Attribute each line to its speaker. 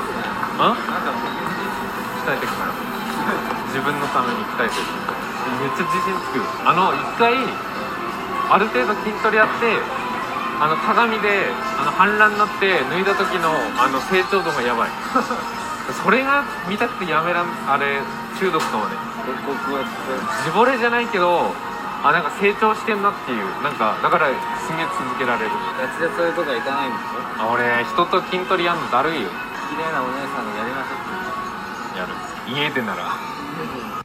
Speaker 1: あ
Speaker 2: なんか鍛えてくから自分のために鍛えてるめっちゃ自信つくよあの一回ある程度筋トレやってあの鏡であの反乱になって脱いだ時のあの成長度がやばい それが見たくてやめらんあれ中毒かもね
Speaker 1: 僕は
Speaker 2: 自ぼれじゃないけどあなんか成長してんなっていうなんかだからすげえ続けられる
Speaker 1: ガチでそういうとこは行かないんでしょ
Speaker 2: あ俺人と筋トレやんのだるいよ
Speaker 1: 綺麗なお姉さんがやりましょうって
Speaker 2: やる家でなら
Speaker 1: 言う